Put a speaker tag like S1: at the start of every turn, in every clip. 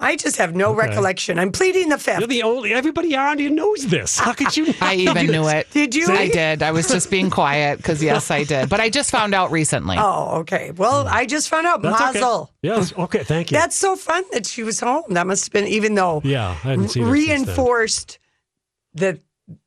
S1: I just have no recollection. I'm pleading the
S2: You're
S1: fifth.
S2: the only. Everybody around here knows this. How could you? Not
S3: I even
S2: know
S3: knew
S2: this?
S3: it.
S1: Did you?
S3: I did. I was just being quiet because, yes, I did. But I just found out recently.
S1: Oh, okay. Well, I just found out.
S2: Hmm. That's okay.
S1: Mazel.
S2: Yes. Okay. Thank you.
S1: That's so fun that she was home. That must have been, even though
S2: yeah. I hadn't seen her since then.
S1: reinforced that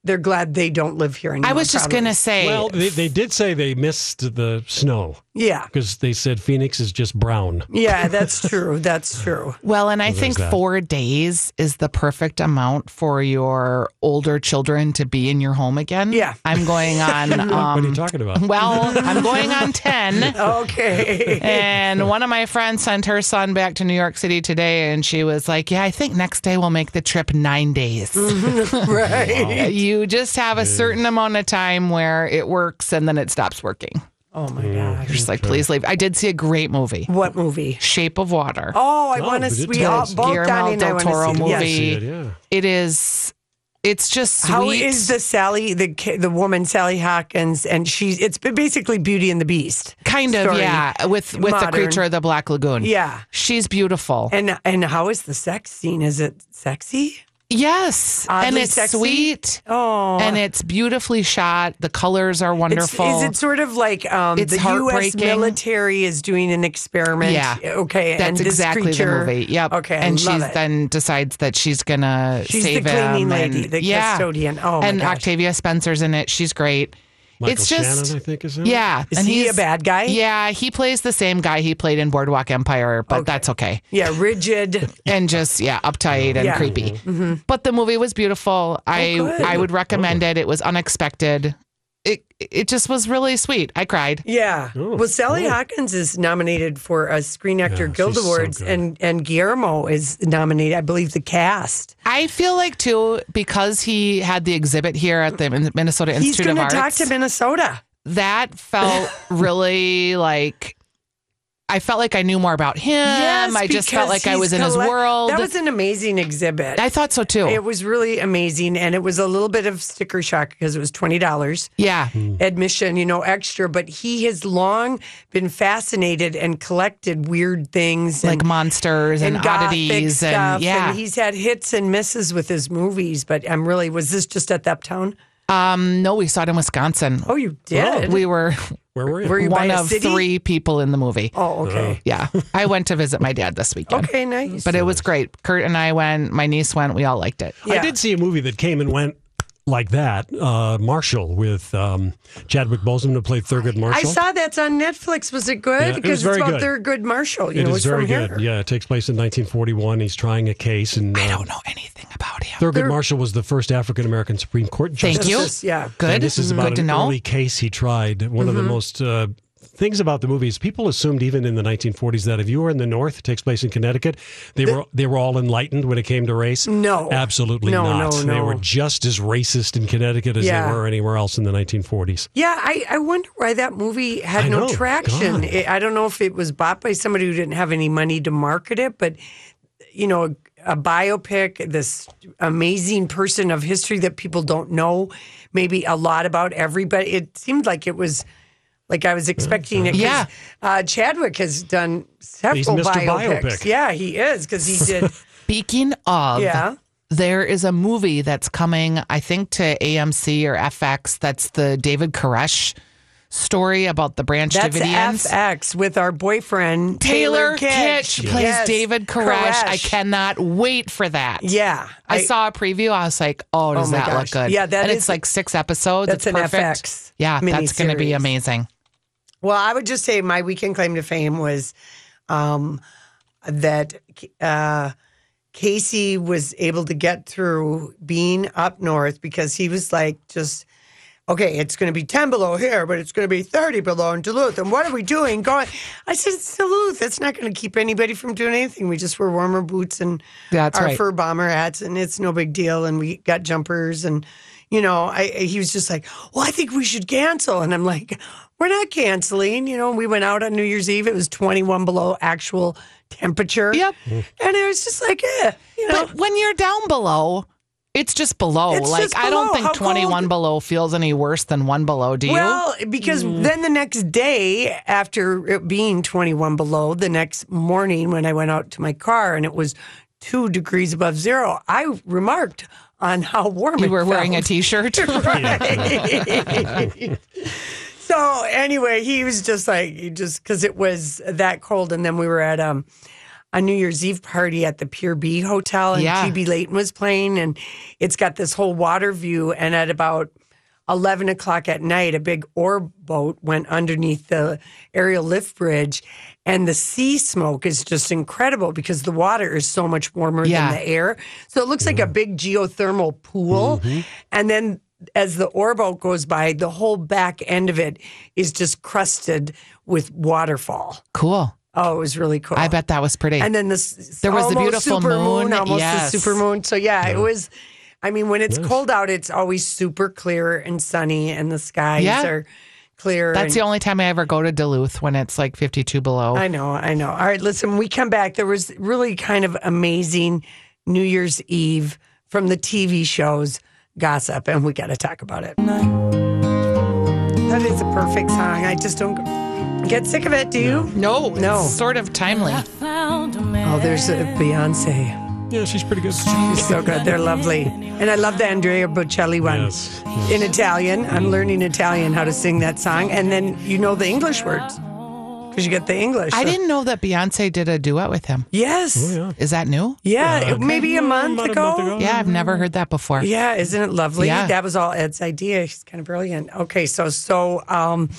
S1: they're glad they don't live here anymore.
S3: I was just going to
S1: probably.
S3: say,
S2: Well, they, they did say they missed the snow
S1: Yeah.
S2: because they said Phoenix is just brown.
S1: Yeah, that's true. That's true.
S3: Well, and I think
S2: that.
S3: four days is the perfect amount for your older children to be in your home again.
S1: Yeah.
S3: I'm going on. Um,
S2: what are you talking about?
S3: Well, I'm going on 10.
S1: Okay.
S3: And one of my friends sent her son back to New York City today, and she was like, Yeah, I think next day we'll make the trip nine days.
S1: right.
S3: You just have a certain amount of time where it works and then it stops working.
S1: Oh, my gosh.
S3: You're just like, Please leave. I did see a great movie,
S1: What movie?
S3: Shape of Water.
S1: Oh, I
S2: Oh,
S1: want
S2: but
S1: to.
S2: it
S1: We all,
S2: does.
S1: both
S3: Guillermo
S1: Donnie and I
S3: del
S1: want to
S3: Toro
S1: see. it. Yes.
S2: I see it,
S3: movie.
S2: yeah.
S3: It is, it's just sweet.
S1: How is the Sally the ki- the woman Sally Hawkins and she's it's been basically Beauty and the Beast
S3: kind of
S1: story.
S3: yeah with with
S1: Modern.
S3: the creature of the black lagoon
S1: yeah
S3: she's beautiful
S1: and and how is the sex scene is it sexy
S3: Yes, and
S1: Oddly
S3: it's
S1: sexy?
S3: sweet.
S1: Oh.
S3: and it's beautifully shot. The colors are
S1: It's,
S3: wonderful.
S1: is it sort of like um,
S3: It's
S1: the U.S.
S3: heartbreaking.
S1: military is doing an experiment?
S3: Yeah.
S1: Okay.
S3: That's
S1: and this
S3: exactly
S1: creature,
S3: the movie. Yep.
S1: Okay.
S3: And
S1: I love
S3: she's
S1: it.
S3: then decides that she's gonna
S1: She's
S3: save
S1: the cleaning
S3: him.
S1: lady,
S3: and,
S1: the
S3: yeah.
S1: custodian. Oh, my
S3: and
S1: gosh.
S3: Octavia Spencer's in it. She's great.
S2: Michael
S3: it's just
S2: Shannon, I think, is in it?
S3: yeah.
S1: Is
S3: and
S1: he
S3: he's-
S1: a bad guy?
S3: Yeah, he plays the same guy he played in Boardwalk Empire, but that's okay.
S1: Yeah. Rigid.
S3: And just yeah, uptight and
S1: Yeah. Mm-hmm. Oh,
S3: creepy. But the movie was beautiful. I
S1: good.
S3: I would recommend Mm-hmm. it. It was unexpected. It it just was really sweet. I cried.
S1: Yeah.
S2: Ooh,
S1: well, Sally
S2: cool.
S1: Hawkins is nominated for a Screen Actor
S2: Yeah,
S1: Guild
S2: she's so
S1: Awards,
S2: good.
S1: and and Guillermo is nominated. I believe the cast.
S3: I feel like too because he had the exhibit here at the Min- Minnesota
S1: He's
S3: Institute
S1: going
S3: of
S1: to
S3: Arts.
S1: talk to Minnesota.
S3: that felt really like I felt like I knew more about him. Um, I just
S1: because
S3: felt like I
S1: he's
S3: was in his
S1: collect-
S3: world.
S1: That was an amazing exhibit.
S3: I thought so too.
S1: It was really amazing, and it was a little bit of sticker shock because it was twenty dollars
S3: yeah.
S2: Mm.
S1: admission, you know, extra. But he has long been fascinated and collected weird things,
S3: Like
S1: and,
S3: monsters and,
S1: and gothic
S3: oddities
S1: stuff,
S3: and yeah.
S1: and he's had hits and misses with his movies. But I'm really was this just at that town?
S3: Um, no, we saw it in Wisconsin.
S1: Oh, you did.
S3: we were
S2: Where were you?
S1: Were you by
S3: one
S1: a
S3: of
S1: city?
S3: three people in the movie.
S1: Oh,
S2: Uh,
S1: okay.
S3: Yeah. I went to visit my dad this weekend.
S1: Okay, nice.
S3: But it was great. Kurt and I went, my niece went, we all liked it.
S1: yeah.
S2: I did see a movie that came and went like that. Uh, Marshall with um, Chadwick Boseman who played Thurgood
S1: I
S2: Marshall.
S1: saw that's on Netflix. Was it good?
S2: Yeah, it was
S1: because
S2: very
S1: it's about
S2: good.
S1: their good Marshall. You
S2: It
S1: know,
S2: is
S1: it's
S2: very
S1: from
S2: good.
S1: Here.
S2: Yeah, it takes place in 1941. He's trying a case, and
S3: I
S2: uh,
S3: don't know anything about him.
S2: Thurgood Marshall was the first African American Supreme Court justice.
S3: Thank you.
S1: Justice, yeah.
S3: Good.
S2: And this is about
S3: Good to
S2: an
S3: know. Mm-hmm.
S2: early case he tried. One of the most uh, things about the movie is people assumed even in the 1940s that if you were in the North, it takes place in Connecticut, they were they were all enlightened when it came to race.
S3: Mm-hmm.
S1: No.
S2: absolutely
S1: No,
S2: not.
S1: no,
S2: They
S1: no.
S2: were just as racist in Connecticut as
S1: Yeah.
S2: they were anywhere else in the 1940s.
S1: Yeah, I, I wonder why that movie had
S2: I
S1: no
S2: know,
S1: traction.
S2: God.
S1: It, I don't know if it was bought by somebody who didn't have any money to market it, but you know, a, a biopic, this amazing person of history that people don't know maybe a lot about everybody. It seemed like it was like I was expecting it. 'cause,
S3: Yeah.
S1: uh, Chadwick has done several
S2: Mr.
S1: biopics.
S2: Biopic.
S1: Yeah, he is because he did.
S3: Speaking of,
S1: Yeah.
S3: there is a movie that's coming, I think, to AMC or FX. That's the David Koresh story about the Branch
S1: That's
S3: Davidians.
S1: FX with our boyfriend
S3: Taylor Kitsch plays
S1: Yes,
S3: David Koresh. I
S1: Koresh.
S3: cannot wait for that.
S1: Yeah,
S3: I, saw a preview. I was like, "Oh, does
S1: my
S3: that
S1: gosh.
S3: look good?"
S1: Yeah, that
S3: and
S1: is-
S3: it's like six episodes.
S1: that's
S3: it's
S1: an
S3: perfect.
S1: FX
S3: Yeah, that's going to be
S1: miniseries.
S3: amazing.
S1: Well, I would just say my weekend claim to fame was um, that uh, Casey was able to get through being up north because he was like, just, okay, it's going to be 10 below here, but it's going to be 30 below in Duluth. And what are we doing? Going, I said, it's Duluth. That's not going to keep anybody from doing anything. We just wear warmer boots and
S3: That's
S1: our
S3: right.
S1: fur bomber hats, and it's no big deal. And we got jumpers and you know, I he was just like, "Well, I think we should cancel," and I'm like, "We're not canceling." You know, we went out on New Year's Eve. It was 21 below actual temperature.
S3: Yep.
S1: and I was just like, eh, you know,
S3: But when you're down below, it's just below.
S1: It's
S3: like
S1: just
S3: I don't
S1: below.
S3: think
S1: How
S3: 21
S1: cold-
S3: below feels any worse than one below. Do you?
S1: Well, because
S3: Mm.
S1: then the next day, after it being 21 below, the next morning when I went out to my car and it was two degrees above zero, I remarked on how warm
S3: you
S1: it
S3: were
S1: felt.
S3: wearing a t-shirt.
S1: So anyway, he was just like he just because it was that cold, and then we were at um a New Year's Eve party at the Pier B Hotel, and
S3: Yeah.
S1: GB Layton was playing, and it's got this whole water view, and at about. 11 o'clock at night, a big ore boat went underneath the aerial lift bridge, and the sea smoke is just incredible because the water is so much warmer than
S3: Yeah.
S1: the air. So it looks like a big geothermal pool.
S3: Mm-hmm.
S1: And then as the orbo goes by, the whole back end of it is just crusted with waterfall.
S3: cool.
S1: Oh, it was really cool.
S3: I bet that was pretty.
S1: And then this
S3: There was the
S1: almost
S3: beautiful
S1: super moon,
S3: moon.
S1: almost
S3: Yes.
S1: the super moon. So yeah, it was. I mean, when it's cold out, it's always super clear and sunny, and the skies
S3: Yeah.
S1: are clear. and-
S3: That's the only time I ever go to Duluth when it's like 52 below.
S1: I know, I know. All right, listen, when we come back. There was really kind of amazing New Year's Eve from the TV shows gossip, and we got to talk about it. That is a perfect song. I just don't get sick of it. Do you?
S3: no,
S1: No.
S3: it's sort of timely.
S1: Oh, there's a Beyonce.
S2: Yeah, she's pretty good.
S1: She's so good. They're lovely. And I love the Andrea Bocelli one
S2: Yes, yes.
S1: in Italian. I'm learning Italian how to sing that song. And then you know the English words because you get the English.
S3: I
S1: So-
S3: didn't know that Beyonce did a duet with him.
S1: Yes.
S2: yeah.
S3: Is that new?
S1: Yeah. it- maybe a
S2: About
S1: month, ago.
S3: Yeah, I've never heard that before.
S1: Yeah, isn't it lovely?
S3: Yeah.
S1: That was all Ed's idea. He's kind of brilliant. Okay, so so um,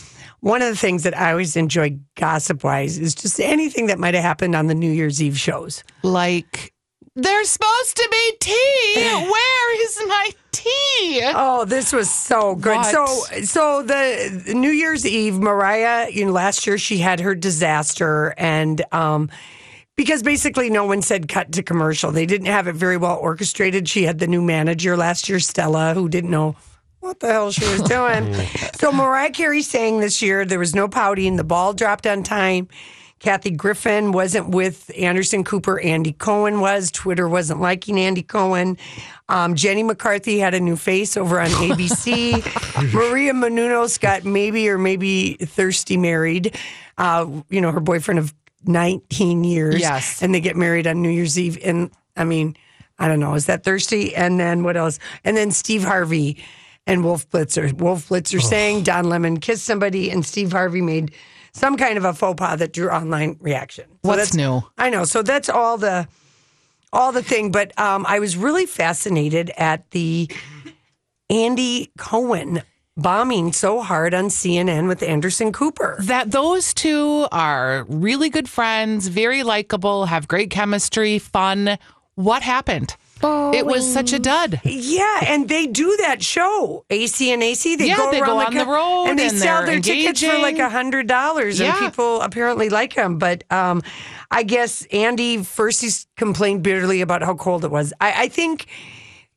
S1: one of the things that I always enjoy gossip wise is just anything that might have happened on the New Year's Eve shows.
S3: Like, there's supposed to be tea. Where is my tea?
S1: Oh, this was so good.
S3: What?
S1: So so the the New Year's Eve, Mariah, you know, last year she had her disaster and um because basically no one said cut to commercial. They didn't have it very well orchestrated. She had the new manager last year, Stella, who didn't know what the hell she was doing. so Mariah Carey sang this year. There was no pouting. The ball dropped on time. Kathy Griffin wasn't with Anderson Cooper. Andy Cohen was. Twitter wasn't liking Andy Cohen. Um, Jenny McCarthy had a new face over on ABC. Maria Menounos got maybe or maybe thirsty married. Uh, you know, her boyfriend of 19 years.
S3: Yes.
S1: And they get married on New Year's Eve. And I mean, I don't know, is that thirsty? And then what else? And then Steve Harvey and Wolf Blitzer. Wolf Blitzer sang, Don Lemon kissed somebody, and Steve Harvey made some kind of a faux pas that drew online reaction. So
S3: What's
S1: that's-
S3: new?
S1: I know. So that's all the all the thing. But um, I was really fascinated at the Andy Cohen bombing so hard on CNN with Anderson Cooper.
S3: that those two are really good friends, very likable, have great chemistry, fun. What happened? It was such a dud.
S1: Yeah, and they do that show, AC and AC. They
S3: Yeah,
S1: go
S3: they
S1: around
S3: go
S1: the
S3: on
S1: coun-
S3: the road
S1: and they
S3: and
S1: sell their
S3: they're
S1: tickets for like
S3: engaging.
S1: a hundred dollars,
S3: Yeah.
S1: and people apparently like him. But um, I guess Andy first he s- complained bitterly about how cold it was. I, I think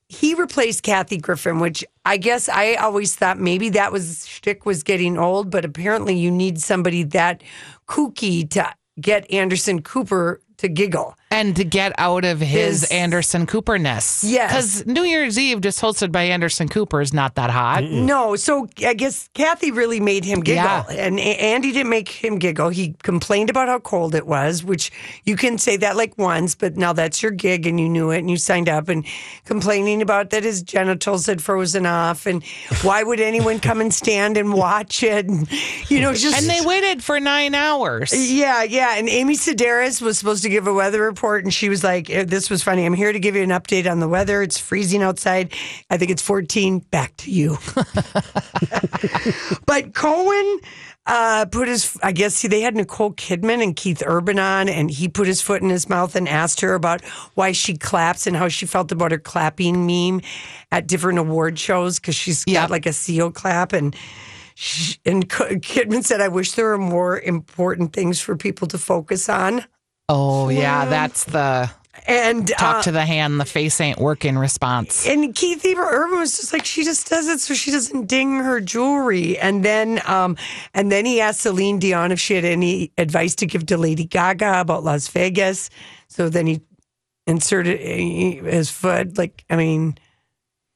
S1: he replaced Kathy Griffin, which I guess I always thought maybe that was shtick was getting old, but apparently you need somebody that kooky to get Anderson Cooper to giggle.
S3: And to get out of his,
S1: His-
S3: Anderson Cooper ness.
S1: Yes.
S3: Because New Year's Eve, just hosted by Anderson Cooper, is not that hot.
S1: No, so I guess Kathy really made him giggle,
S3: Yeah.
S1: and A- Andy didn't make him giggle. He complained about how cold it was, which you can say that like once, but now that's your gig, and you knew it, and you signed up, and complaining about that his genitals had frozen off, and why would anyone come and stand and watch it? And, you know, just
S3: And they waited for nine hours.
S1: yeah, yeah. And Amy Sedaris was supposed to give a weather report, and she was like, eh, This was funny. I'm here to give you an update on the weather. It's freezing outside. I think it's 14. Back to you. but Cohen uh, put his, I guess see, they had Nicole Kidman and Keith Urban on, and he put his foot in his mouth and asked her about why she claps and how she felt about her clapping meme at different award shows because she's
S3: Yeah.
S1: got like a seal clap. And she, and K- Kidman said, I wish there were more important things for people to focus on.
S3: Oh, yeah. That's the
S1: And
S3: talk
S1: uh,
S3: to the hand, the face ain't working response.
S1: and Keith Eber Urban was just like, she just does it so she doesn't ding her jewelry. And then, um, and then he asked Celine Dion if she had any advice to give to Lady Gaga about Las Vegas. So then he inserted eh, his foot. Like, I mean,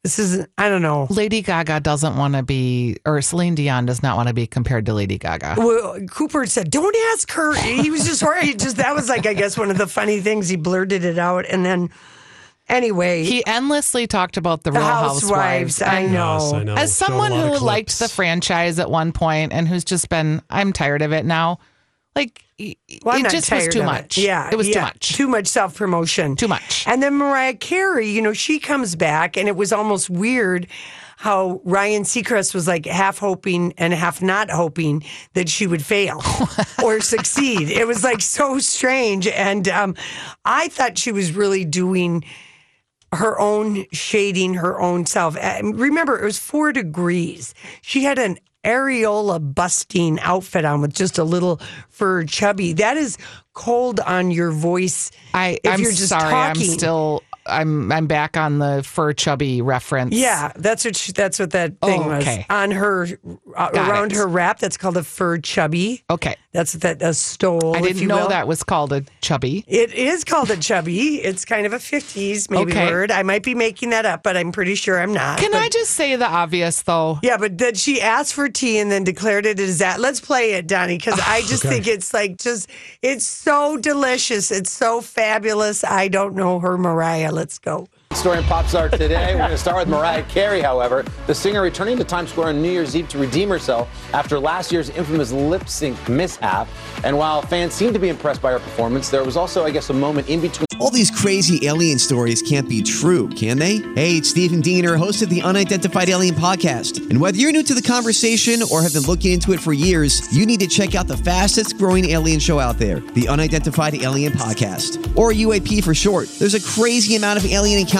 S1: this is I don't know.
S3: Lady Gaga doesn't want to be, or Celine Dion does not want to be compared to Lady Gaga.
S1: Well, Cooper said, "Don't ask her." He was just sorry. Just that was like, I guess, one of the funny things. He blurted it out, and then anyway,
S3: He endlessly talked about the,
S1: the
S3: Real
S1: housewives. I
S3: and
S1: know.
S2: Yes, I know.
S3: As
S2: Showed a
S3: someone
S2: lot of
S3: who liked the
S2: clips.
S3: franchise at one point and who's just been, I'm tired of it now. Like, y-
S1: Well, I'm
S3: it
S1: not
S3: just was
S1: tired
S3: too
S1: of
S3: much.
S1: It. Yeah,
S3: it was too
S1: yeah.
S3: much.
S1: Too much self promotion.
S3: Too much.
S1: And then Mariah Carey, you know, she comes back, and it was almost weird how Ryan Seacrest was like half hoping and half not hoping that she would fail or succeed. It was like so strange, and um, I thought she was really doing her own shading, her own self. And remember, it was four degrees. She had an areola busting outfit on with just a little fur chubby. That is cold on your voice.
S3: I,
S1: if
S3: I'm
S1: you're just
S3: sorry.
S1: talking.
S3: I'm still. I'm I'm back on the fur chubby reference.
S1: Yeah, that's what she, that's what that thing
S3: Oh, okay.
S1: was on her uh,
S3: Got
S1: around
S3: it.
S1: her wrap. That's called a fur chubby.
S3: Okay.
S1: That's that a stole.
S3: I
S1: if
S3: didn't
S1: you
S3: know
S1: will.
S3: that was called a chubby.
S1: It is called a chubby. It's kind of a 50s maybe
S3: Okay.
S1: word. I might be making that up, but I'm pretty sure I'm not.
S3: Can
S1: But-
S3: I just say the obvious though?
S1: Yeah, but then she asked for tea and then declared it as that. Let's play it, Donnie, because I just think it's like just, it's so delicious. It's so fabulous. I don't know her, Mariah. Let's go.
S4: Story in Pop's Art today. We're going to start with Mariah Carey, however. The singer returning to Times Square on New Year's Eve to redeem herself after last year's infamous lip sync mishap. And while fans seemed to be impressed by her performance, there was also, I guess, a moment in between.
S5: All these crazy alien stories can't be true, can they? Hey, it's Stephen Diener, host of the Unidentified Alien Podcast. And whether you're new to the conversation or have been looking into it for years, you need to check out the fastest growing alien show out there, the Unidentified Alien Podcast, or UAP for short. There's a crazy amount of alien encounter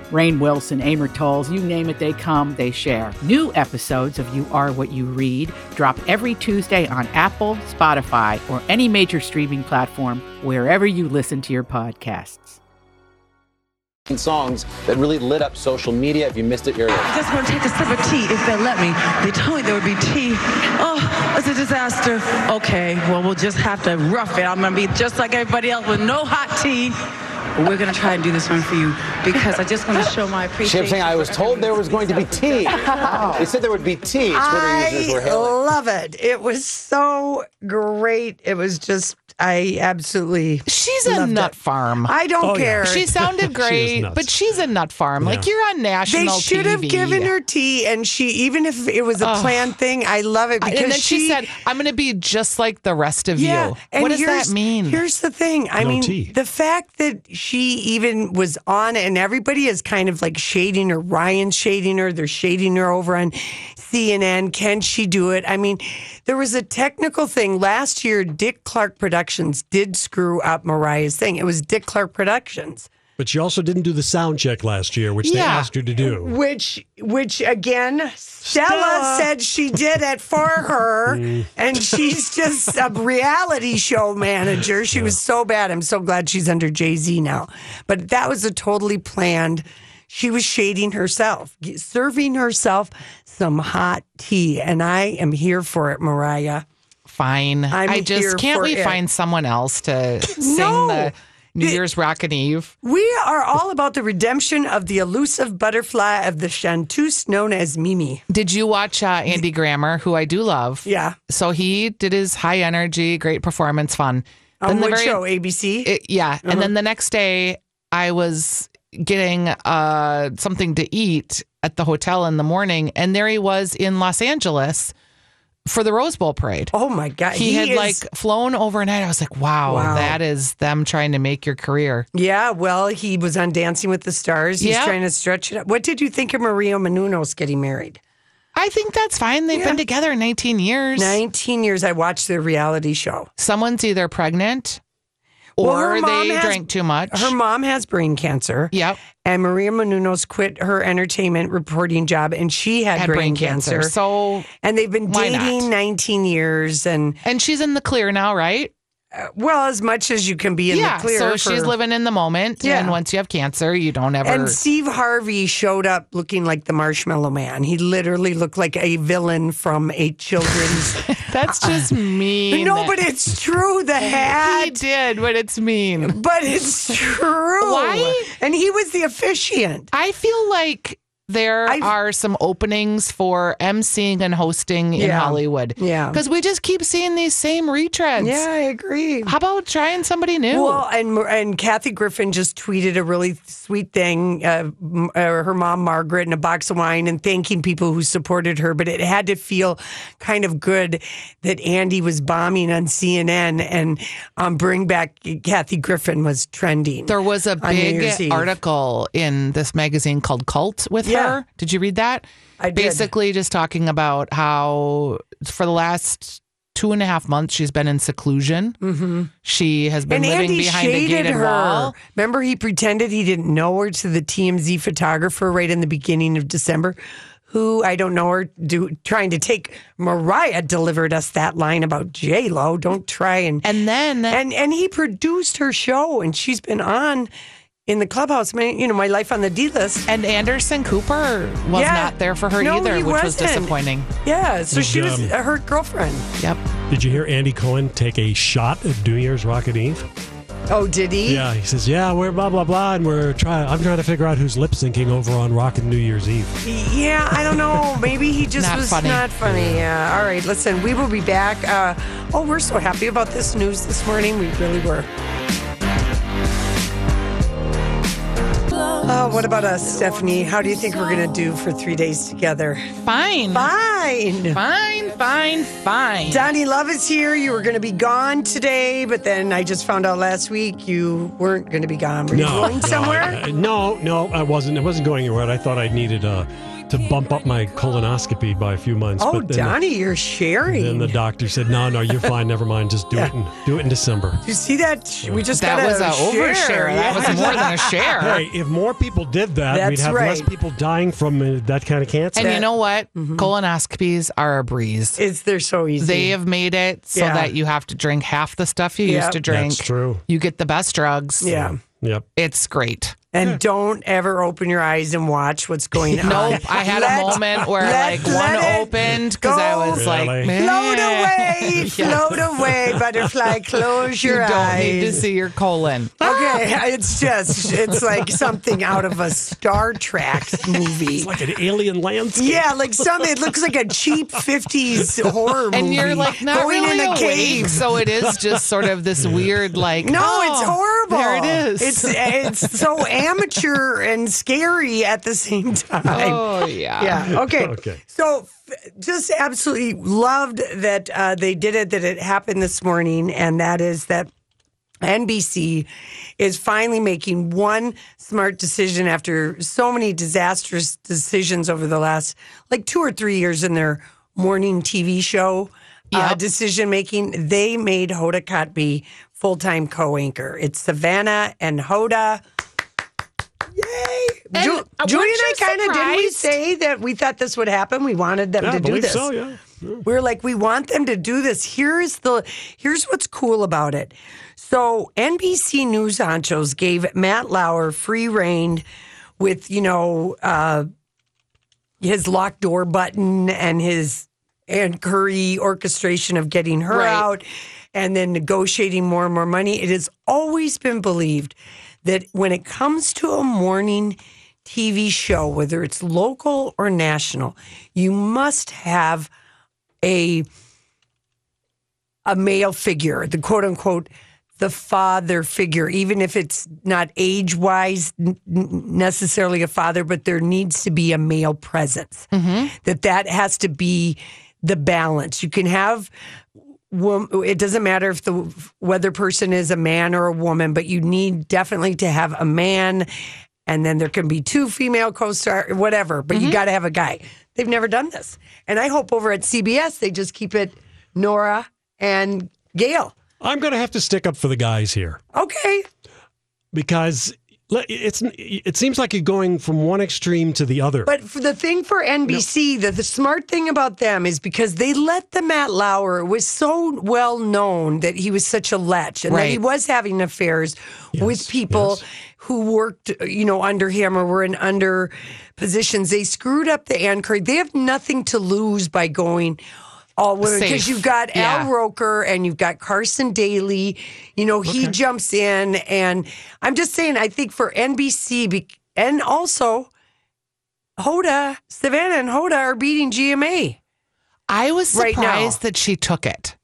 S6: Rain Wilson, Amor Tolls, you name it, they come, they share. New episodes of You Are What You Read drop every Tuesday on Apple, Spotify, or any major streaming platform wherever you listen to your podcasts.
S4: songs that really lit up social media. If you missed it, here it is.
S7: I just want to take a sip of tea if they'll let me. They told me there would be tea. Oh, it's a disaster. Okay, well, we'll just have to rough it. I'm going to be just like everybody else with no hot tea. But we're going to try and do this one for you because I just want to show my
S4: She
S7: appreciation.
S4: kept saying, I
S7: for
S4: was told there
S7: everyone
S4: was going to be
S7: that's
S4: tea. They said there would be tea. Twitter users were
S1: I
S4: hailing.
S1: love it. It was so great. It was just, I absolutely,
S3: She's a
S1: Loved
S3: nut
S1: it.
S3: farm.
S1: I don't
S2: Oh, yeah.
S1: care.
S3: she sounded great,
S2: nuts.
S3: but she's a nut farm. Like
S2: Yeah.
S3: you're on
S1: they
S3: national.
S1: should have
S3: TV.
S1: given her tea, and she, even if it was a planned thing, I love it because
S3: and then she, said, "I'm going to be just like the rest of you."
S1: and
S3: What does that
S1: here's-
S3: mean?
S1: Here's the thing. I
S2: No
S1: mean,
S2: tea.
S1: the fact that she even was on, and everybody is kind of like shading her. Ryan's shading her. They're shading her over on CNN. Can she do it? I mean, there was a technical thing last year. Dick Clark Productions did screw up Mariah's thing. It was Dick Clark Productions.
S2: But she also didn't do the sound check last year, which they
S3: Yeah.
S2: asked her to do.
S1: Which, which again, Stella,
S2: Stella.
S1: said she did it for
S3: Mm.
S1: her, and she's just a reality show manager. She was so bad. I'm so glad she's under Jay Z now. But that was a totally planned. She was shading herself, g- serving herself some hot tea, and I am here for it, Mariah.
S3: Fine.
S1: I'm
S3: I just
S1: here
S3: can't
S1: for
S3: we
S1: it.
S3: find someone else to sing
S1: No.
S3: the New
S1: It-
S3: Year's Rockin' Eve?
S1: We are all about the redemption of the elusive butterfly of the chanteuse known as Mimi.
S3: Did you watch uh, Andy Grammer, who I do love?
S1: Yeah.
S3: So he did his high energy, great performance, fun.
S1: On
S3: Then the
S1: which
S3: very-
S1: show? Uh-huh. ABC?
S3: it- yeah. And then the next day, I was getting uh, something to eat at the hotel in the morning, and there he was in Los Angeles for the Rose Bowl parade.
S1: oh my God.
S3: he, had
S1: is-
S3: like flown overnight. I was like, wow,
S1: Wow.
S3: that is them trying to make your career.
S1: Yeah, well, he was on Dancing with the Stars. He's
S3: Yeah.
S1: trying to stretch it out. What did you think of Maria Menounos getting married?
S3: I think that's fine. They've been together 19 years.
S1: 19 years I watched the reality show.
S3: Someone's either pregnant
S1: Well, her
S3: or
S1: mom
S3: they
S1: has-
S3: drank too much.
S1: Her mom has brain cancer.
S3: Yep.
S1: And Maria Menounos quit her entertainment reporting job and she had,
S3: Had brain cancer. So,
S1: and they've been
S3: why not?
S1: dating 19 years and
S3: and she's in the clear now, right?
S1: uh, well as much as you can be in
S3: yeah.
S1: the clear.
S3: so
S1: for-
S3: she's living in the moment.
S1: Yeah.
S3: And once you have cancer, you don't ever.
S1: And Steve Harvey showed up looking like the Marshmallow Man. He literally looked like a villain from a children's
S3: that's
S1: uh,
S3: just mean.
S1: No, but it's true. The
S3: he
S1: hat.
S3: did, but it's mean.
S1: But it's true.
S3: Why?
S1: And he was the officiant.
S3: I feel like there
S1: I've-
S3: are some openings for emceeing and hosting in
S1: Yeah.
S3: Hollywood.
S1: Yeah.
S3: Because we just keep seeing these same retreads.
S1: Yeah, I agree.
S3: How about trying somebody new?
S1: Well, and and Kathy Griffin just tweeted a really sweet thing, uh, m- uh, her mom Margaret, and a box of wine, and thanking people who supported her. But it had to feel kind of good that Andy was bombing on CNN and um, bring back Kathy Griffin was trending.
S3: there was a
S1: on New Year's
S3: big
S1: Eve.
S3: article in this magazine called Cult with
S1: Yeah.
S3: her. Did you read that?
S1: I did.
S3: Basically, just talking about how for the last two and a half months she's been in seclusion. Mm-hmm. She has been
S1: And
S3: living
S1: Andy
S3: behind a
S1: shaded
S3: gated
S1: her.
S3: wall.
S1: Remember, he pretended he didn't know her to the TMZ photographer right in the beginning of December, who I don't know her. Do trying to take Mariah delivered us that line about J Lo. Don't try and
S3: And then
S1: and and he produced her show, and she's been on in the clubhouse. My, you know, my life on the D list.
S3: And Anderson Cooper was
S1: Yeah.
S3: not there for her
S1: No,
S3: either,
S1: he
S3: which was
S1: wasn't.
S3: disappointing.
S1: Yeah, so
S2: Good
S1: she was
S2: job.
S1: uh, her girlfriend.
S3: Yep.
S2: Did you hear Andy Cohen take a shot at New Year's Rocket Eve?
S1: Oh, did he?
S2: Yeah, he says, "Yeah, we're blah blah blah, and we're trying. I'm trying to figure out who's lip syncing over on Rocket New Year's Eve."
S1: Yeah, I don't know. Maybe he just
S3: Not
S1: was
S3: funny.
S1: not funny. Yeah. All right, listen, we will be back. Uh, oh, we're so happy about this news this morning. We really were. Oh, what about us, Stephanie? How do you think we're going to do for three days together?
S3: Fine.
S1: Fine.
S3: Fine, fine, fine.
S1: Donnie Love is here. You were going to be gone today, but then I just found out last week you weren't going to be gone. Were you going somewhere?
S2: I- I- no, no, I wasn't. I wasn't going anywhere. I thought I needed uh, to bump up my colonoscopy by a few months.
S1: oh,
S2: but then,
S1: Donnie, you're sharing.
S2: Then the doctor said, "No, no, you're fine. Never mind. Just do it. In, do it in December."
S1: you see that? We just
S3: that
S1: got
S3: was an
S1: share.
S3: overshare. That was more than a share.
S2: Hey, if more people did that, we'd
S1: That's
S2: have less
S1: right.
S2: people dying from uh, that kind of cancer.
S3: And
S1: that- Mm-hmm.
S3: you know what? Colonoscopies are a breeze.
S1: It's they're so easy.
S3: They have made it so
S1: Yeah.
S3: that you have to drink half the stuff you
S1: Yeah.
S3: used to drink.
S2: That's true.
S3: You get the best drugs.
S1: yeah.
S2: Yep.
S3: It's great.
S1: And don't ever open your eyes and watch what's going on.
S3: Nope. I had
S1: Let-
S3: a moment where
S1: let-
S3: like one
S1: let it
S3: opened because I
S1: go.
S3: was like,
S2: Really?
S3: man,
S1: Float away, float away, butterfly. Close
S3: you
S1: your
S3: don't
S1: eyes.
S3: need to see your colon.
S1: Okay, it's just it's like something out of a Star Trek movie.
S2: Like an alien landscape.
S1: Yeah, like some. It looks like a cheap '50s horror movie.
S3: And you're like not
S1: going
S3: really
S1: in a
S3: awake,
S1: cave.
S3: so it is just sort of this weird like.
S1: No,
S3: oh,
S1: it's horrible.
S3: There it is.
S1: It's it's so amateur and scary at the same time.
S3: oh yeah.
S1: Yeah. Okay.
S2: Okay.
S1: So f- just absolutely loved that uh, they did it, that it happened this morning. And that is that NBC is finally making one smart decision after so many disastrous decisions over the last like two or three years in their morning TV show uh, decision making. They made Hoda Kotb full time co anchor. It's Savannah and Hoda. Yay!
S3: And,
S1: Ju-
S3: uh,
S1: Julie and I
S3: weren't you
S1: kind of didn't we
S3: surprised?
S1: say that we thought this would happen? We wanted them
S2: Yeah, I
S1: to do
S2: believe
S1: this.
S2: so. Yeah.
S1: We were like, we want them to do this. Here's the here's what's cool about it. So NBC News Anchos gave Matt Lauer free reign with, you know, uh, his locked door button and his and Curry orchestration of getting her
S3: Right.
S1: out and then negotiating more and more money. It has always been believed that when it comes to a morning TV show, whether it's local or national, you must have a a male figure, the quote unquote the father figure, even if it's not age wise necessarily a father, but there needs to be a male presence. That that has to be the balance. You can have wom- it doesn't matter if the weather person is a man or a woman, but you need definitely to have a man, and then there can be two female co-star, whatever. But you got to have a guy. They've never done this, and I hope over at CBS they just keep it Nora and Gail.
S2: I'm going to have to stick up for the guys here.
S1: Okay,
S2: because le- it's it seems like you're going from one extreme to the other.
S1: But for the thing for NBC, the, the smart thing about them is because they let the Matt Lauer it was so well known that he was such a lech and that he
S3: Right.
S1: was having affairs with people
S2: yes.
S1: who worked, you know, under him or were in under positions. They screwed up the Ann Curry. They have nothing to lose by going. All women because
S3: Safe.
S1: you've got
S3: Yeah.
S1: Al Roker and you've got Carson Daly. You know he jumps in, and I'm just saying. I think for NBC be- and also Hoda, Savannah, and Hoda are beating GMA.
S3: I was
S1: Right
S3: surprised
S1: now.
S3: that she took it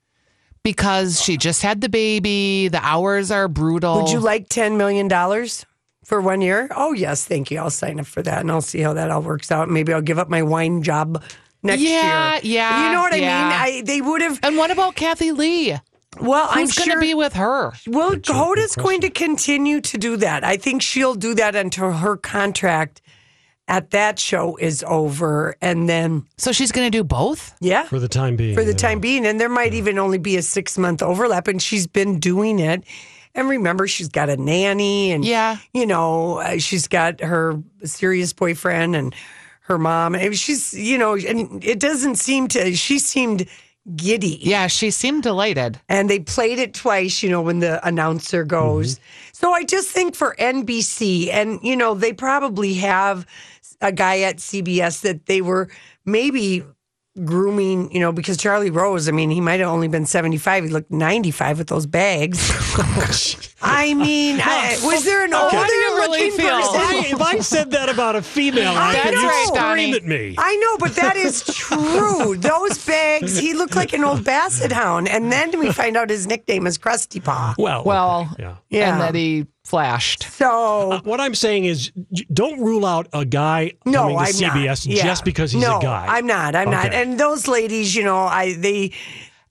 S3: because she just had the baby. The hours are brutal.
S1: Would you like ten million dollars for one year? Oh yes, thank you. I'll sign up for that, and I'll see how that all works out. Maybe I'll give up my wine job next
S3: Yeah,
S1: year.
S3: yeah,
S1: You know what
S3: yeah.
S1: I mean? I they would have.
S3: And what about Kathy Lee? Who's
S1: Well, I'm
S3: going to
S1: sure.
S3: be with her?
S1: well, Hoda's
S2: question.
S1: going to continue to do that. I think she'll do that until her contract at that show is over. And then,
S3: So she's going to do both?
S1: yeah,
S2: for the time being.
S1: for the
S2: yeah.
S1: time being. And there might even only be a six month overlap. And she's been doing it. And remember, she's got a nanny and,
S3: Yeah.
S1: you know, uh, she's got her serious boyfriend and her mom. And she's, you know, and it doesn't seem to, she seemed giddy.
S3: Yeah, she seemed delighted.
S1: And they played it twice, you know, when the announcer goes.
S3: Mm-hmm.
S1: So I just think for NBC, and, you know, they probably have a guy at CBS that they were maybe grooming, you know, because Charlie Rose, I mean, he might have only been 75. He looked 95 with those bags. I mean, I, was there an older
S3: do you really
S1: looking
S3: feel?
S1: person?
S2: If I- if I said that about a female, I
S1: That's
S2: could you'd
S1: right,
S2: scream
S3: Donnie.
S2: at me.
S1: I know, but that is true. Those bags, he looked like an old basset hound. And then we find out his nickname is Krusty Paw.
S2: well,
S3: Well,
S2: yeah.
S1: Yeah.
S3: and that he flashed.
S1: So,
S2: What I'm saying is, j- don't rule out a guy
S1: no,
S2: coming to
S1: I'm
S2: CBS
S1: not. Yeah.
S2: just because he's
S1: no,
S2: a guy.
S1: I'm not. I'm not.
S2: Okay.
S1: And those ladies, you know, I they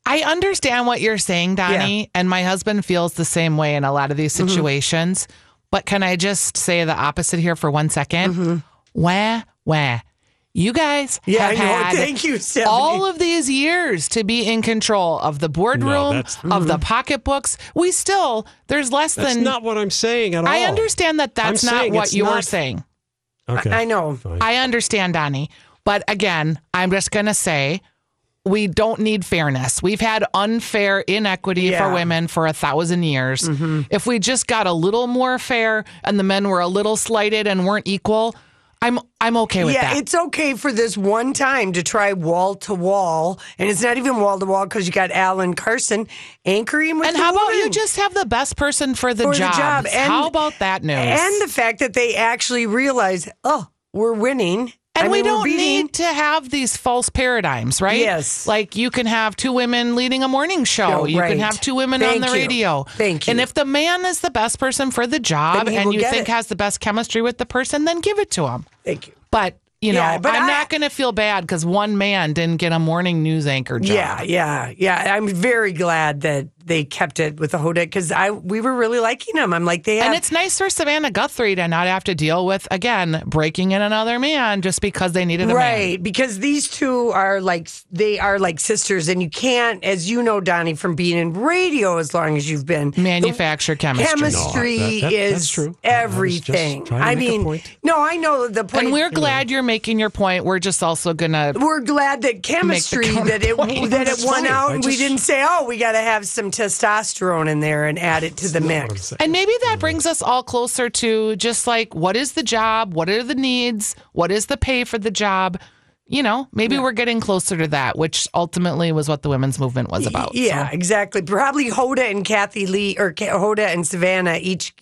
S3: I understand what you're saying, Donnie, and my husband feels the same way in a lot of these
S1: Mm-hmm.
S3: situations. But can I just say the opposite here for one second? Wah, wah. You guys
S1: Mm-hmm. Yeah, I
S3: have
S1: know.
S3: had
S1: Thank you, Stephanie.
S3: all of these years to be in control of the boardroom,
S2: that's- mm.
S3: of the pocketbooks. We still, there's less
S2: That's
S3: than.
S2: not what I'm saying at all.
S3: I understand that that's
S2: I'm
S3: not
S2: saying
S3: what
S2: it's
S3: you're
S2: not-
S3: saying.
S2: Okay.
S1: I know.
S3: I understand, Donnie. But again, I'm just going to say we don't need fairness. We've had unfair inequity
S1: Yeah.
S3: for women for a thousand years.
S2: Mm-hmm.
S3: If we just got a little more fair and the men were a little slighted and weren't equal, I'm I'm okay with
S1: Yeah,
S3: that.
S1: it's okay for this one time to try wall to wall, and it's not even wall to wall because you got Alan Carson anchoring with
S3: and
S1: the
S3: how about you
S1: women.
S3: just have the best person for the
S1: for
S3: job?
S1: the job. And,
S3: how about that news?
S1: And the fact that they actually realize, oh, we're winning.
S3: And
S1: I
S3: we
S1: mean, we're
S3: don't
S1: beating.
S3: need to have these false paradigms, right?
S1: Yes.
S3: Like you can have two women leading a morning show.
S1: Oh,
S3: you
S1: right.
S3: can have two women
S1: Thank
S3: on the
S1: you.
S3: radio.
S1: Thank you.
S3: And if the man is the best person for the job
S1: Then he
S3: and
S1: will
S3: you
S1: get
S3: think
S1: it.
S3: has the best chemistry with the person, then give it to him.
S1: Thank you.
S3: But you know,
S1: Yeah, but
S3: I'm
S1: I-
S3: not going to feel bad because one man didn't get a morning news anchor job.
S1: Yeah, yeah, yeah. I'm very glad that they kept it with the Hoda because I we were really liking him. I'm like they have
S3: And it's nice for Savannah Guthrie to not have to deal with again breaking in another man just because they needed a man.
S1: right because these two are like they are like sisters, and you can't, as you know, Donnie, from being in radio as long as you've been, the
S3: Manufacture chemistry.
S1: Chemistry
S2: No, that- that-
S1: is
S2: that's true. I was just
S1: everything.
S2: trying to
S1: I
S2: make a
S1: mean,
S2: point.
S1: no, I know the point.
S3: And we're glad you're making your point. We're just also going to
S1: we're glad that chemistry that it
S3: counterpoint.
S1: that it
S3: That's
S1: won
S2: right.
S1: out,
S2: I
S1: and we
S2: just-
S1: didn't say, oh, we got to have some testosterone in there and add it to the mix.
S3: And maybe that brings us all closer to just like what is the job? What are the needs? What is the pay for the job? You know, maybe we're getting closer to that, which ultimately was what the women's movement was about.
S1: Yeah,
S3: So-
S1: exactly. Probably Hoda and Kathy Lee, or Ka- Hoda and Savannah, each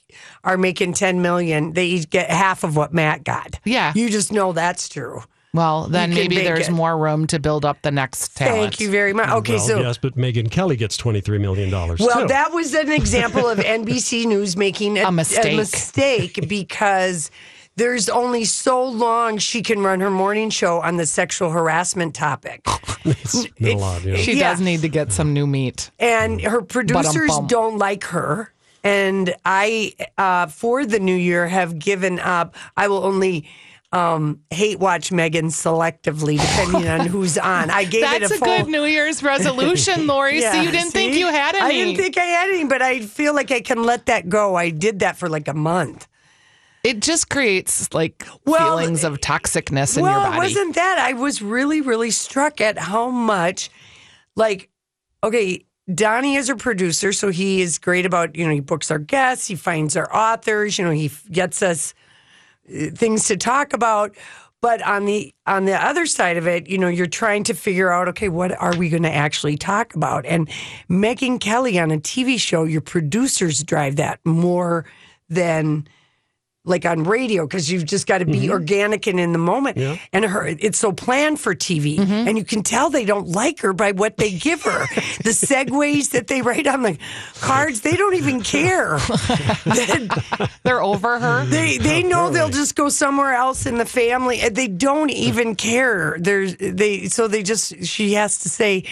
S1: are making ten million. They each get half of what Matt got.
S3: Yeah.
S1: you just know that's true.
S3: Well, then
S1: You can
S3: maybe
S1: make
S3: there's
S1: it.
S3: more room to build up the next talent.
S1: Thank you very much. Okay,
S2: Well,
S1: so
S2: yes, but Megan Kelly gets $23 million.
S1: Well,
S2: too.
S1: that was an example of NBC News making a,
S3: A mistake.
S1: mistake because there's only so long she can run her morning show on the sexual harassment topic.
S2: It's been a lot, yeah.
S3: She
S1: Yeah.
S3: does need to get some new meat.
S1: And her producers
S3: Mm. Ba-dum-bum.
S1: don't like her. And I, uh, for the new year, have given up. I will only. Um, hate watch Megan selectively depending on who's on. I gave it
S3: That's
S1: a,
S3: a
S1: full,
S3: good New Year's resolution, Lori. so you didn't think
S1: see?
S3: you had any.
S1: I didn't think I had any, but I feel like I can let that go. I did that for like a month.
S3: it just creates like
S1: Well,
S3: feelings of toxicness in
S1: well,
S3: your body.
S1: it wasn't that. I was really, really struck at how much, like, okay, Donnie is a producer, so he is great about, you know, he books our guests, he finds our authors, you know, he f- gets us uh, things to talk about. But on the on the other side of it, you know, you're trying to figure out, okay, what are we going to actually talk about? And Megan Kelly on a TV show, your producers drive that more than like on radio because you've just got to be organic and in the moment. And her, it's so planned for TV, and you can tell they don't like her by what they give her. the segues that they write on the cards, they don't even care. That-
S3: They're over her.
S1: they they know they'll just go somewhere else in the family. and They don't even care. There's they so they just she has to say.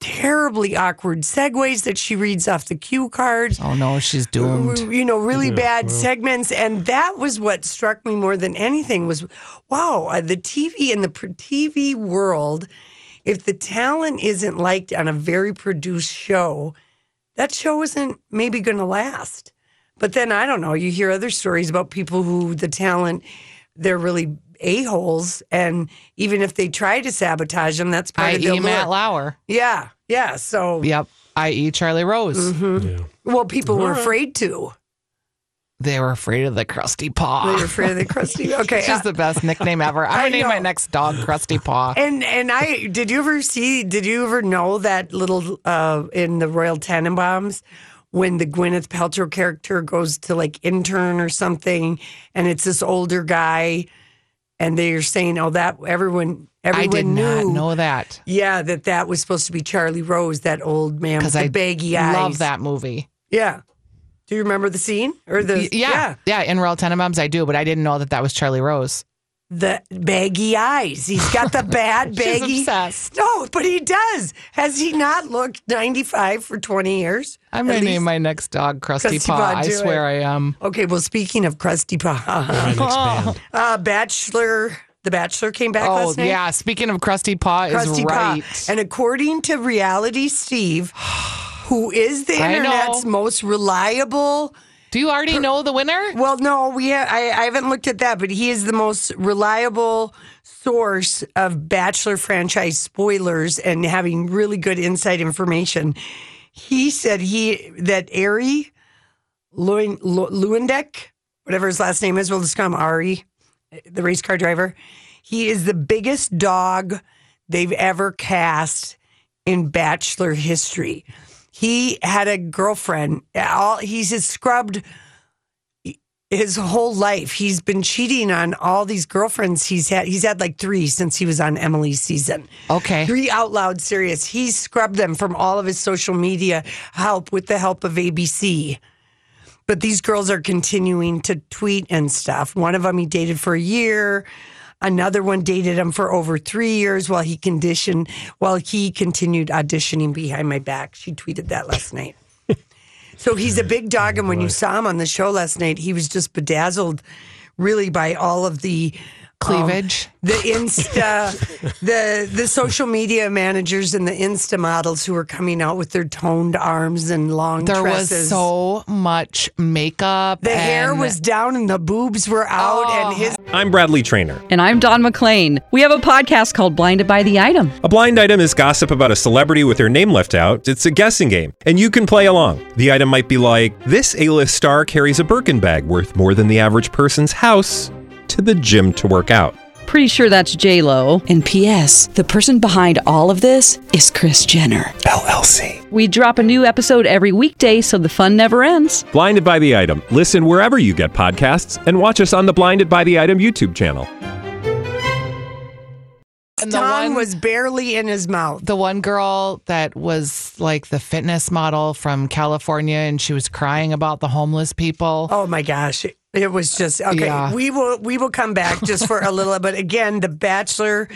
S1: terribly awkward segues that she reads off the cue cards
S3: Oh no, she's doomed.
S1: you know really bad segments and that was what struck me more than anything was wow uh, the tv and the pr- tv world if the talent isn't liked on a very produced show that show isn't maybe going to last but then i don't know you hear other stories about people who the talent they're really a-holes and even if they try to sabotage them that's part of the
S3: I.e. E Matt
S1: allure.
S3: Lauer.
S1: yeah yeah so
S3: Yep. I.e. Charlie Rose.
S1: Mm-hmm.
S2: Yeah.
S1: well people were afraid to
S3: They were afraid of the crusty
S1: they
S3: paw.
S1: were afraid of the crusty okay uh,
S3: It's just the best nickname ever. I'm
S1: I
S3: gonna name my
S1: know.
S3: next dog Crusty Paw.
S1: And and I did you ever see? Did you ever know that little uh, in the Royal Tenenbaums when the Gwyneth Paltrow character goes to like intern or something, and it's this older guy, and they're saying, "Oh, that everyone
S3: I
S1: everyone
S3: did
S1: knew."
S3: not know that
S1: Yeah, that that was supposed to be Charlie Rose, that old man with
S3: because
S1: the
S3: I
S1: baggy eyes.
S3: love that movie.
S1: Yeah. Do you remember the scene or the
S3: Y- yeah, yeah, In Royal Tenenbaums, I do, but I didn't know that that was Charlie Rose.
S1: the baggy eyes? He's got the bad
S3: She's
S1: baggy.
S3: obsessed.
S1: No, but he does. Has he not looked 95 for 20 years?
S3: I'm gonna
S1: At
S3: name
S1: least-
S3: my next dog Crusty,
S1: Crusty
S3: Paw.
S1: Paw,
S3: I
S1: do
S3: swear I am.
S1: Okay, well, speaking of Krusty
S2: My
S1: Paw,
S2: next band.
S1: uh, Bachelor, The Bachelor came back
S3: Oh
S1: last night.
S3: yeah, speaking of Crusty Paw is
S1: Krusty
S3: right.
S1: Paw. And according to Reality Steve, who is the
S3: I know.
S1: internet's most reliable.
S3: do you already know the winner?
S1: Well, no, we ha- I, I haven't looked at that, but he is the most reliable source of Bachelor franchise spoilers and having really good inside information. He said he that Ari Lewin- Lu- Lewandek, whatever his last name is, we'll just call him Ari, the race car driver. He is the biggest dog they've ever cast in Bachelor history. He had a girlfriend. All he's has scrubbed his whole life. He's been cheating on all these girlfriends he's had. He's had like three since he was on Emily's season.
S3: Okay.
S1: Three out loud serious. He scrubbed them from all of his social media help with the help of ABC. But these girls are continuing to tweet and stuff. One of them he dated for a year. Another one dated him for over three years while he conditioned while he continued auditioning behind my back. She tweeted that last night. So he's a big dog, and when you saw him on the show last night, he was just bedazzled, really, by all of the um,
S3: Cleavage.
S1: the Insta, the the social media managers and the Insta models who were coming out with their toned arms and long
S3: there was
S1: tresses.
S3: so much makeup.
S1: the hair
S3: and- Oh,
S1: was down and the boobs were out, and his
S8: I'm Bradley Trainer.
S9: And I'm Don McClain. We have a podcast called Blinded by the Item.
S8: A blind item is gossip about a celebrity with their name left out. It's a guessing game, and you can play along. The item might be like this: A-list star carries a Birkin bag worth more than the average person's house to the gym to work out.
S9: Pretty sure that's J Lo. And P.S. The person behind all of this is Chris Jenner.
S8: LLC.
S9: We drop a new episode every weekday, so the fun never ends.
S8: Blinded by the item. Listen wherever you get podcasts, and watch us on the Blinded by the Item YouTube channel.
S3: and the
S1: tongue
S3: one-
S1: was barely in his mouth.
S3: the one girl that was like the fitness model from California and she was crying about the homeless people.
S1: Oh my gosh. It was just okay.
S3: Yeah.
S1: We will we will come back just for a little but again, The Bachelor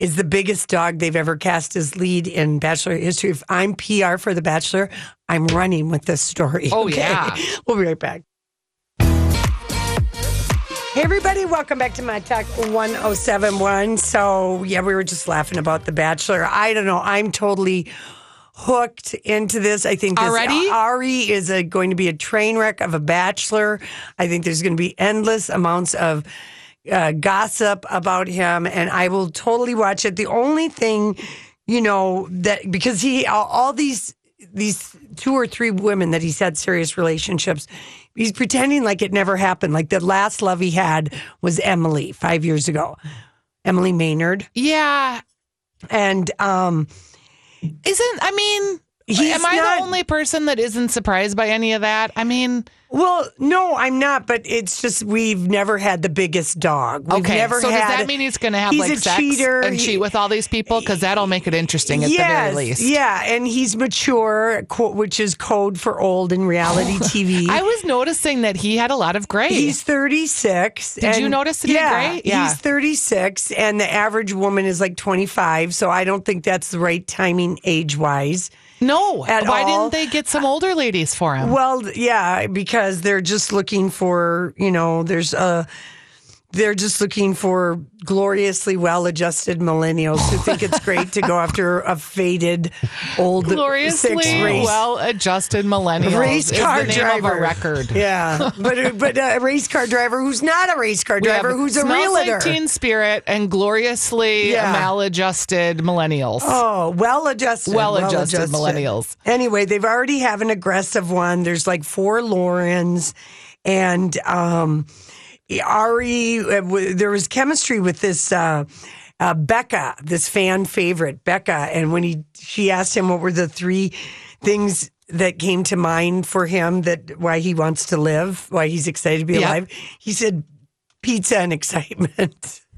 S1: is the biggest dog they've ever cast as lead in Bachelor history. If I'm PR for The Bachelor, I'm running with this story.
S3: Oh, yeah.
S1: We'll be right back. Hey everybody, welcome back to my talk 1071. So yeah, we were just laughing about The Bachelor. I don't know. I'm totally hooked into this. I think this
S3: Already?
S1: Ari is a, going to be a train wreck of a bachelor. I think there's going to be endless amounts of uh, gossip about him, and I will totally watch it. The only thing, you know, that because he all, all these these two or three women that he's had serious relationships. He's pretending like it never happened. Like the last love he had was Emily five years ago, Emily Maynard.
S3: yeah.
S1: And um,
S3: Isn't I mean,
S1: He's
S3: Am I
S1: not-
S3: the only person that isn't surprised by any of that? I mean,
S1: Well, no, I'm not. But it's just we've never had the biggest dog. We've
S3: okay.
S1: never
S3: so
S1: had,
S3: does that mean he's going to have
S1: he's
S3: like
S1: a
S3: sex
S1: cheater
S3: and
S1: He-
S3: cheat with all these people? Because that'll make it interesting at
S1: yes,
S3: the very least.
S1: yeah, and he's mature, quote, which is code for old in reality TV.
S3: I was noticing that he had a lot of gray.
S1: He's 36.
S3: Did you notice that he
S1: yeah,
S3: gray? Yeah.
S1: he's 36, and the average woman is like 25. So I don't think that's the right timing age wise.
S3: no.
S1: at
S3: Why
S1: all.
S3: didn't they get some older ladies for him?
S1: Well, yeah, because they're just looking for, you know, there's a. They're just looking for gloriously well-adjusted millennials who think it's great to go after a faded old
S3: gloriously
S1: six race.
S3: well-adjusted millennials
S1: race car
S3: is the name
S1: driver
S3: of a record.
S1: Yeah, but but a race car driver who's not a race car
S3: We have
S1: driver who's a
S3: smells
S1: realtor.
S3: like Teen Spirit and gloriously
S1: Yeah.
S3: maladjusted millennials.
S1: Oh, well adjusted.
S3: Well-adjusted millennials.
S1: Anyway, they've already have an aggressive one. There's like four Laurens and um Ari uh, w- there was chemistry with this uh uh, Becca, this fan favorite, Becca, and when he she asked him what were the three things that came to mind for him that why he wants to live, why he's excited to be
S3: Yeah.
S1: alive, he said pizza and excitement.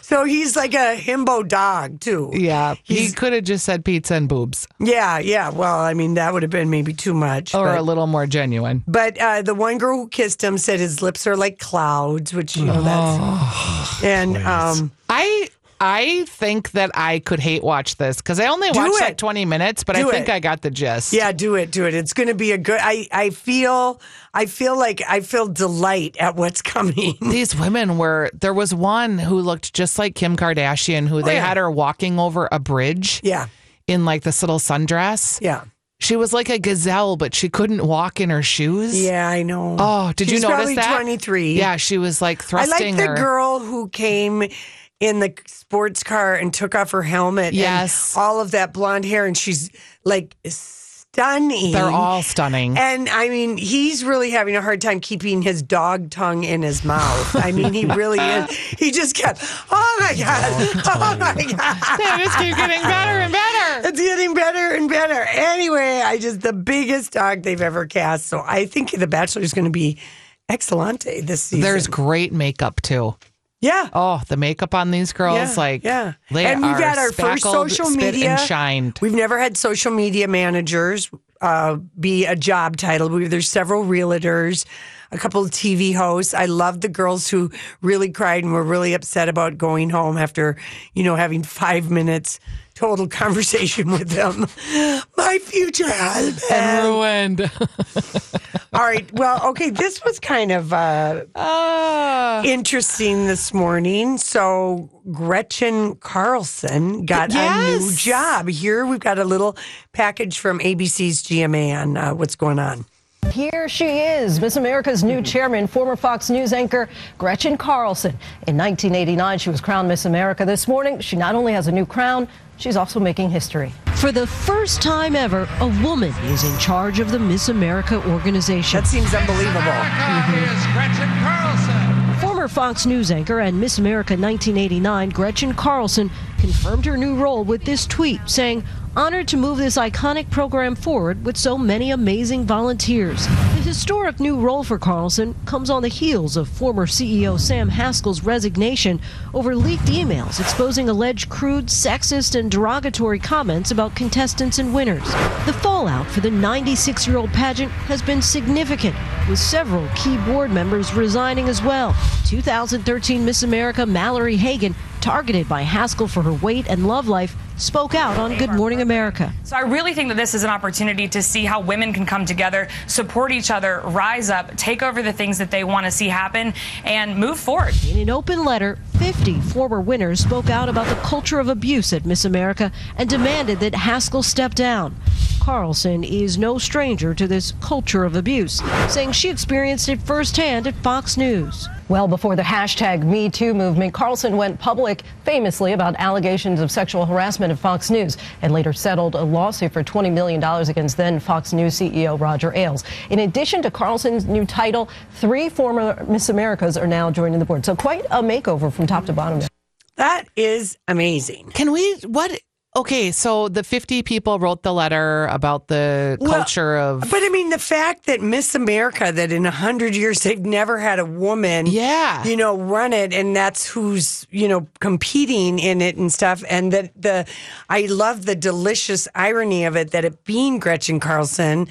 S1: so he's like a himbo dog too.
S3: Yeah, he
S1: He's-
S3: could have just said pizza and boobs,
S1: Yeah, yeah. Well, I mean, that would have been maybe too much.
S3: or
S1: but
S3: a little more genuine.
S1: but uh, the one girl who kissed him said his lips are like clouds, which you know that's
S3: Oh,
S1: and um,
S3: I I think that I could hate watch this because I only watched
S1: it.
S3: like twenty minutes, but I
S1: Do
S3: think
S1: it.
S3: I got the gist.
S1: yeah, do it, do it. It's going to be a good. I I feel I feel like I feel delight at what's coming.
S3: These women were. There was one who looked just like Kim Kardashian, who they
S1: Oh, yeah.
S3: had her walking over a bridge
S1: yeah,
S3: in like this little sundress.
S1: yeah,
S3: She was like a gazelle, but she couldn't walk in her shoes.
S1: yeah. I know.
S3: Oh, did
S1: She's
S3: you notice
S1: probably
S3: that?
S1: 23.
S3: Yeah, she was like
S1: I
S3: thrusting
S1: like the
S3: her.
S1: girl who came in the sports car and took off her helmet.
S3: Yes.
S1: and all of that blonde hair, and she's like stunning.
S3: They're all stunning.
S1: And I mean, he's really having a hard time keeping his dog tongue in his mouth. I mean, he really is. He just kept, oh my God, oh my God.
S3: they just keep getting better and better.
S1: It's getting better and better. Anyway, I just, the biggest dog they've ever cast. So I think The Bachelor is going to be excellente this season.
S3: There's great makeup too.
S1: yeah.
S3: Oh, the makeup on these girls,
S1: Yeah,
S3: like
S1: yeah.
S3: they
S1: and we've
S3: are
S1: had our first
S3: speckled,
S1: social
S3: spit
S1: media
S3: and shined.
S1: We've never had social media managers uh, be a job title. We, there's several realtors, a couple of TV hosts. I love the girls who really cried and were really upset about going home after you know having five minutes total conversation with them. My future husband.
S3: and ruined.
S1: All right. Well, okay. This was kind of. Uh,
S3: Ah.
S1: interesting this morning. So Gretchen Carlson got a new
S3: Yes.
S1: job. Here we've got a little package from ABC's GMA on uh, what's going on.
S10: Here she is, Miss America's new chairman, former Fox News anchor Gretchen Carlson. In 1989, she was crowned Miss America. This morning, she not only has a new crown, she's also making history. For the first time ever, a woman is in charge of the Miss America organization.
S1: That seems unbelievable.
S10: Former Fox News anchor and Miss America 1989 Gretchen Carlson confirmed her new role with this tweet saying, Honored to move this iconic program forward with so many amazing volunteers. The historic new role for Carlson comes on the heels of former CEO Sam Haskell's resignation over leaked emails exposing alleged crude, sexist, and derogatory comments about contestants and winners. The fallout for the 96 year old pageant has been significant, with several key board members resigning as well. 2013 Miss America Mallory Hagan, targeted by Haskell for her weight and love life, spoke out on Good Morning America.
S7: So I really think that this is an opportunity to see how women can come together, support each other, rise up, take over the things that they want to see happen, and move forward.
S10: In an open letter, 50 former winners spoke out about the culture of abuse at Miss America and demanded that Haskell step down. Carlson is no stranger to this culture of abuse, saying she experienced it firsthand at Fox News.
S7: Well, before the hashtag Me Too movement, Carlson went public famously about allegations of sexual harassment at Fox News and later settled a lawsuit for $20 million against then Fox News CEO Roger Ailes. In addition to Carlson's new title, three former Miss Americas are now joining the board. So quite a makeover from top to bottom.
S1: That is amazing.
S3: Can we? What? Okay, so the 50 people wrote the letter about the
S1: Well,
S3: culture of
S1: But I mean, the fact that Miss America, that in a hundred years they've never had a woman,
S3: Yeah.
S1: you know, run it, and that's who's you know competing in it and stuff, and that the, I love the delicious irony of it that it being Gretchen Carlson.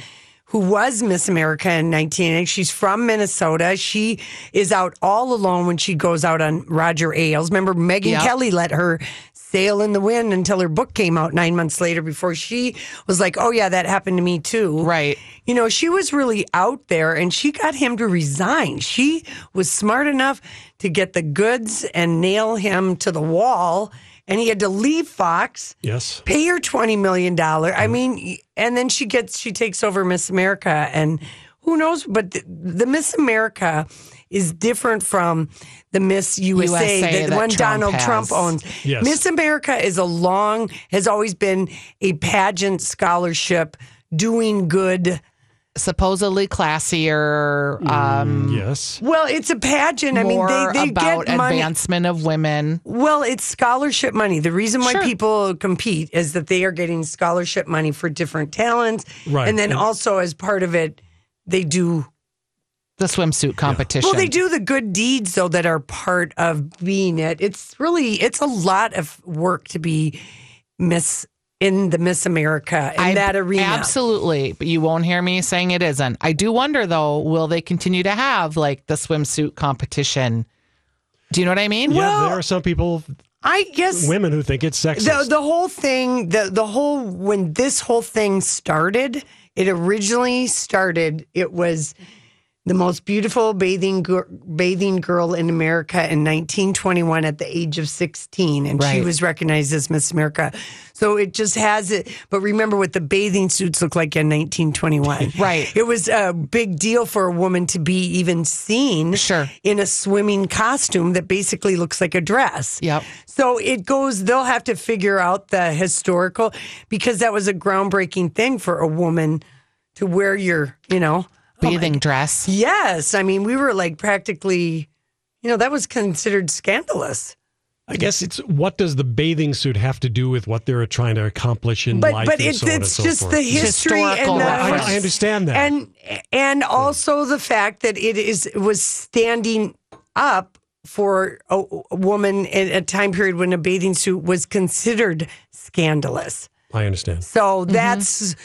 S1: Who was Miss America in 1980? She's from Minnesota. She is out all alone when she goes out on Roger Ailes. Remember, Megan
S3: Yep.
S1: Kelly let her sail in the wind until her book came out nine months later before she was like, oh, yeah, that happened to me too.
S3: Right.
S1: You know, she was really out there and she got him to resign. She was smart enough to get the goods and nail him to the wall. And he had to leave Fox,
S2: Yes.
S1: pay her $20 million. I mean, and then she gets, she takes over Miss America. And who knows? But the, the Miss America is different from the Miss USA,
S3: USA
S1: that the
S3: that
S1: one
S3: Trump
S1: Donald Trump
S3: has.
S1: owns.
S2: Yes.
S1: Miss America is a long, has always been a pageant scholarship doing good.
S3: supposedly classier, um,
S2: Yes.
S1: Well, it's a pageant. Mm. I mean,
S3: more
S1: they, they
S3: about
S1: get money.
S3: advancement of women.
S1: Well, it's scholarship money. The reason why
S3: Sure.
S1: people compete is that they are getting scholarship money for different talents.
S2: Right.
S1: And then
S2: And-
S1: also, as part of it, they do
S3: The swimsuit competition.
S1: Well, they do the good deeds though that are part of being it. It's really it's a lot of work to be Miss in the Miss America in
S3: I-
S1: that arena.
S3: Absolutely. But you won't hear me saying it isn't. I do wonder, though, will they continue to have like the swimsuit competition? Do you know what I mean?
S2: yeah, there are some people,
S1: I guess
S2: women who think it's sexist.
S1: the the whole thing the the whole when this whole thing started, it originally started. It was the most beautiful bathing gir- bathing girl in America in 1921 at the age of 16, and she
S3: Right.
S1: was recognized as Miss America. So it just has it. But remember what the bathing suits looked like in 1921.
S3: Right.
S1: It was a big deal for a woman to be even seen
S3: Sure.
S1: in a swimming costume that basically looks like a dress.
S3: Yep.
S1: So it goes, they'll have to figure out the historical because that was a groundbreaking thing for a woman to wear your, you know.
S3: Bathing dress.
S1: Yes. I mean, we were like practically, you know, that was considered scandalous.
S2: I guess it's what does the bathing suit have to do with what they're trying to accomplish in
S1: But
S2: life?
S1: but
S2: and
S1: it's
S2: so on and
S1: it's
S2: so
S1: just
S2: forth.
S1: the history
S3: Historical
S1: and the,
S2: I,
S3: reference.
S2: I understand that.
S1: and and also the fact that it is it was standing up for a, a woman at a time period when a bathing suit was considered scandalous.
S2: I understand.
S3: Mm-hmm.
S1: So that's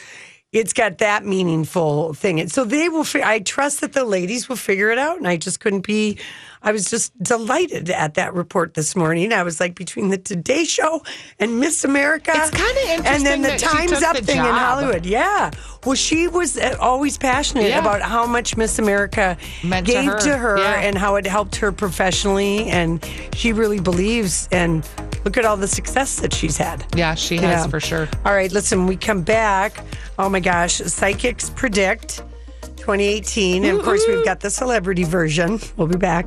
S1: it's got that meaningful thing. And so they will. Fi- I trust that the ladies will figure it out. And I just couldn't be. I was just delighted at that report this morning. I was like between the Today Show and Miss America.
S3: It's kinda
S1: And then
S3: interesting
S1: the
S3: that she
S1: Times
S3: took
S1: Up
S3: the
S1: thing in
S3: job.
S1: Hollywood. Yeah. Well, she was uh, always passionate
S3: Yeah.
S1: about how much Miss America
S3: Meant to
S1: gave
S3: her. Yeah.
S1: and how it helped her professionally. And she really believes. And look at all the success that she's had.
S3: Yeah, she has
S1: Yeah.
S3: for sure.
S1: All right, listen, we come back. Oh my gosh, psychics predict 2018. And of course, we've got the celebrity version. We'll be back.